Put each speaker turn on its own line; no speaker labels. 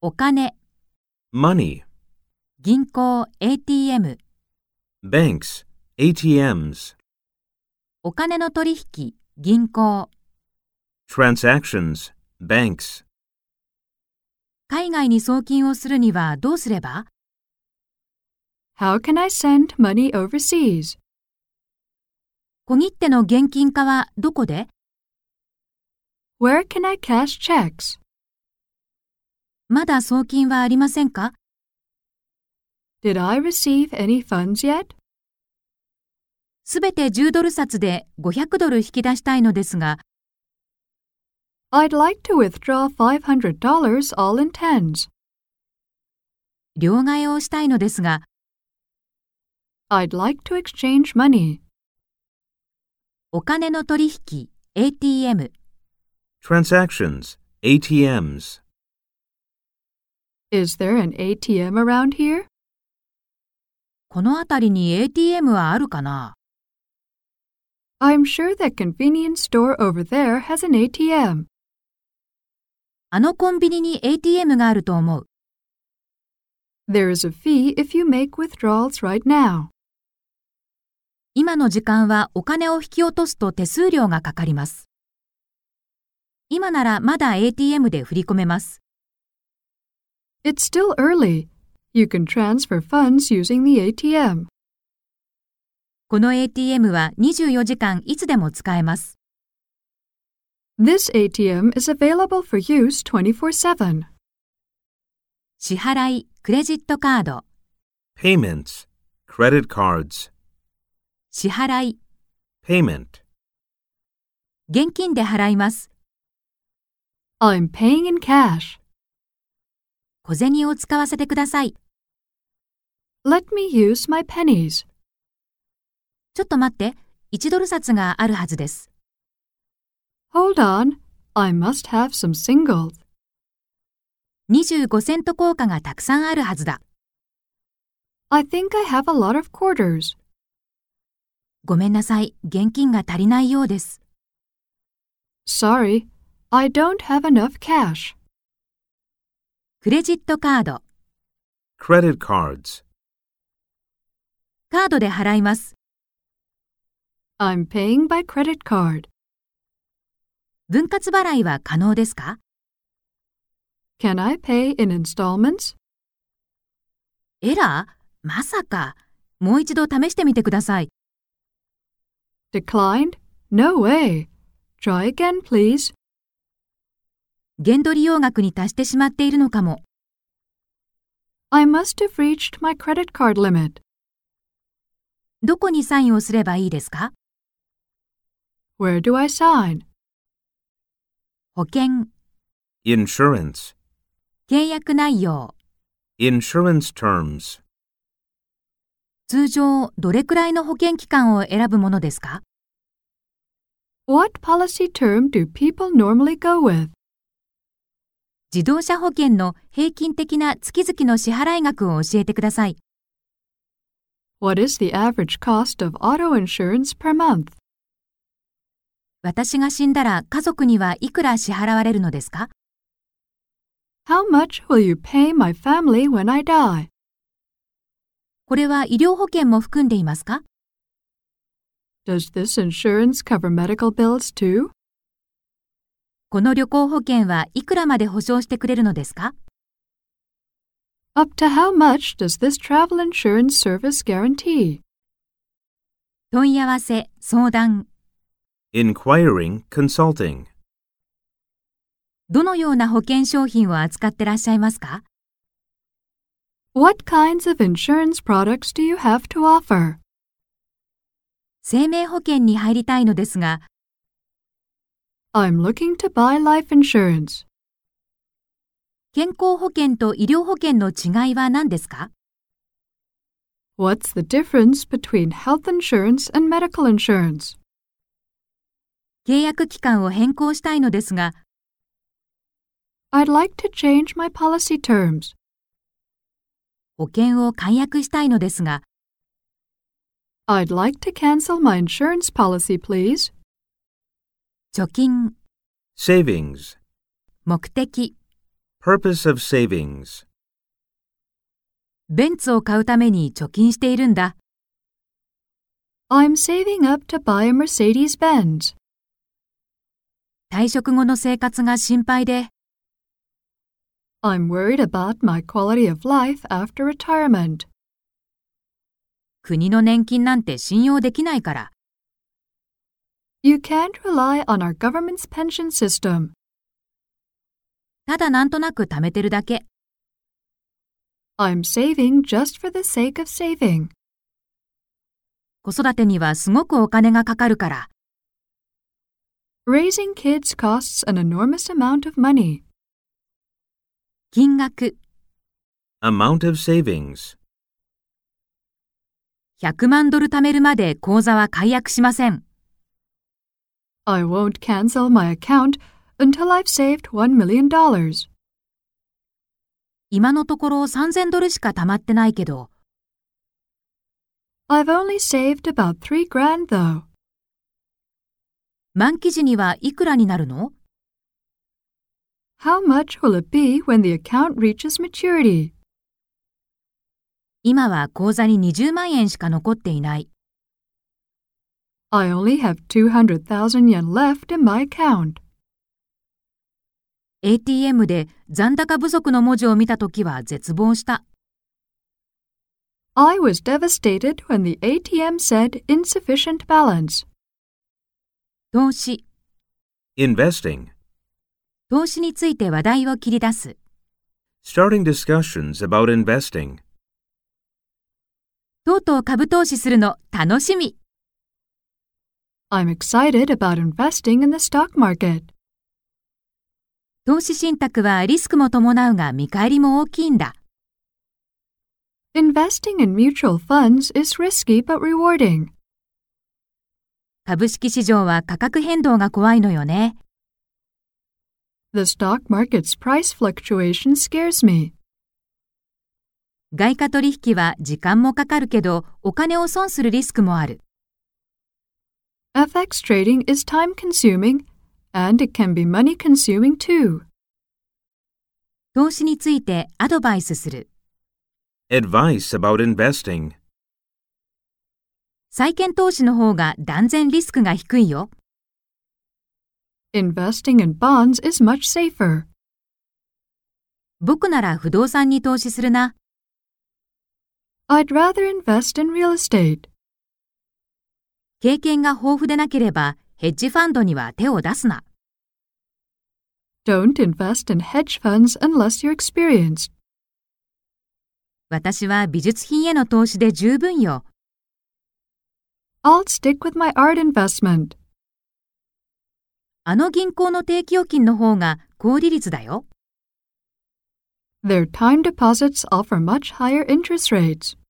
お金、
money,
銀行、ATM、
banks, ATMs,
お金の取引、銀行、
transactions, banks.
海外に送金をするにはどうすれば
How can I send money overseas?
小切手の現金化はどこで
Where can I cash checks?
まだ送金はありませんか
Did I receive any funds yet?
すべて10ドル札で500ドル引き出したいのですが、
I'd like to withdraw $500 all in tens.
両替をしたいのですが、
I'd like to exchange money.
お金の取引、ATM、
Transactions, ATMs.
Is there an ATM around here?
この辺りに ATM はあるかな
I'm sure that convenience store over there has an ATM.
あのコンビニに ATM があると思う。
There is a fee if you make withdrawals right now.
今の時間はお金を引き落とすと手数料がかかります。今ならまだ ATM で振り込めます。
It's still early. You can transfer funds using the ATM.
この ATM は24時間いつでも使えます。
This ATM is available for use 24 7.
支払い、クレジットカード、
Payments, credit cards,
支払い、
payment.
現金で払います。
I'm paying in cash.
小銭を使わせてください。
Let me use my pennies.
ちょっと待って、1ドル札があるはずです。
Hold on. I must have some singles.
25セント硬貨がたくさんあるはずだ。
I think I have a lot of quarters.
ごめんなさい、現金が足りないようです。
Sorry, I don't have enough cash.
クレジットカード、
Credit cards.
カードで払います。
I'm paying by credit card.
分割払いは可能ですか
Can I pay in installments?
エラーまさか。もう一度試してみてください。
Declined? No way. Try again, please.
限度利用額に達してしまっているのかも。
I must have reached my credit card limit.
どこにサインをすればいいですか
Where do I sign?
保険、
Insurance.
契約内容、
Insurance terms.
通常どれくらいの保険期間を選ぶものですか
What policy term do people normally go with?
自動車保険の平均的な月々の支払額を教えてください。
What is the average cost of auto insurance per month?
私が死んだら家族にはいくら支払われるのですか
How much will you pay my family when I die?
これは医療保険も含んでいますか
Does this insurance cover medical bills too?
この旅行保険はいくらまで保証してくれるのですか
Up to how much does this travel insurance service guarantee?
問い合わせ、相談、
Inquiring, consulting.
どのような保険商品を扱ってらっしゃいますか
What kinds of insurance products do you have to offer?
生命保険に入りたいのですが、
I'm looking to buy life insurance.
健康保険と医療保険の違いは何ですか
What's the difference between health insurance and medical insurance?
契約期間を変更したいのですが、
I'd like to change my policy terms.
保険を解約したいのですが、
I'd like to cancel my insurance policy, please.
貯金、
Savings.
目的、
Purpose of savings.
ベンツを買うために貯金しているんだ。
I'm saving up to buy a Mercedes Benz.
退職後の生活が心配で、
I'm worried about my quality of life after retirement.
国の年金なんて信用できないから。
You can't rely on our government's pension system.
ただなんとなく貯めてるだけ。
I'm saving just for the sake of saving.
子育てにはすごくお金がかかるから。
Raising kids costs an enormous amount of money.
金額、
Amount of savings.
100万ドル貯めるまで口座は解約しません。
I won't cancel my account until I've saved $1 million.
今のところ3000ドルしか貯まってないけど、
I've only saved about three grand though.
満期時にはいくらになるの
How much will it be when the account reaches maturity?
今は口座に20万円しか残っていない。
I only have 200,000 yen left in my account.
ATM で残高不足の文字を見たときは絶望した。
I was devastated when the ATM said insufficient balance.
投資、
Investing.
投資について話題を切り出す。
Starting discussions about investing.
とうとう株投資するの楽しみ。
I'm excited about investing in the stock market.
投資信託はリスクも伴うが見返りも大きいんだ。
Investing in mutual funds is risky but rewarding.
株式市場は価格変動が怖いのよね。
The stock market's price fluctuation scares me.
外貨取引は時間もかかるけどお金を損するリスクもある。
FX trading is time consuming and it can be money consuming too.
投資についてアドバイスする。
Advice about investing.
債券投資の方が断然リスクが低いよ。
Investing in bonds is much safer.
僕なら不動産に投資するな。
I'd rather invest in real estate.
経験が豊富でなければヘッジファンドには手を出すな。
Don't invest in hedge funds unless you're experienced.
私は美術品への投資で十分よ。
I'll stick with my art investment.
あの銀行の定期預金の方が高利率だよ。
Their time deposits offer much higher interest rates.